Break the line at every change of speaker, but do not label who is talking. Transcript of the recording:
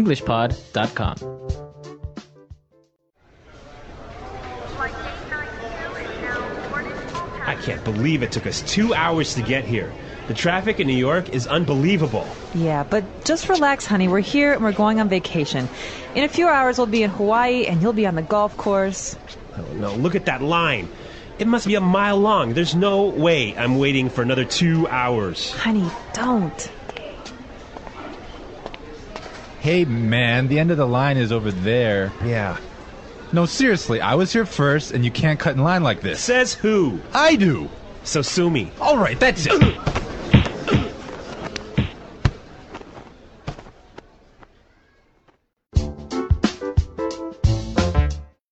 englishpod.com.
I can't believe it took us two hours to get here. The traffic in New York is unbelievable.
Yeah, but just relax, honey. We're here and we're going on vacation. In a few hours, we'll be in Hawaii and you'll be on the golf course.
Oh, no, look at that line. It must be a mile long. There's no way I'm waiting for another two hours.
Honey, don't.
Hey, man, the end of the line is over there.
Yeah.
No, seriously, I was here first, and you can't cut in line like this.
Says who?
I do.
So sue me.
All right, that's it.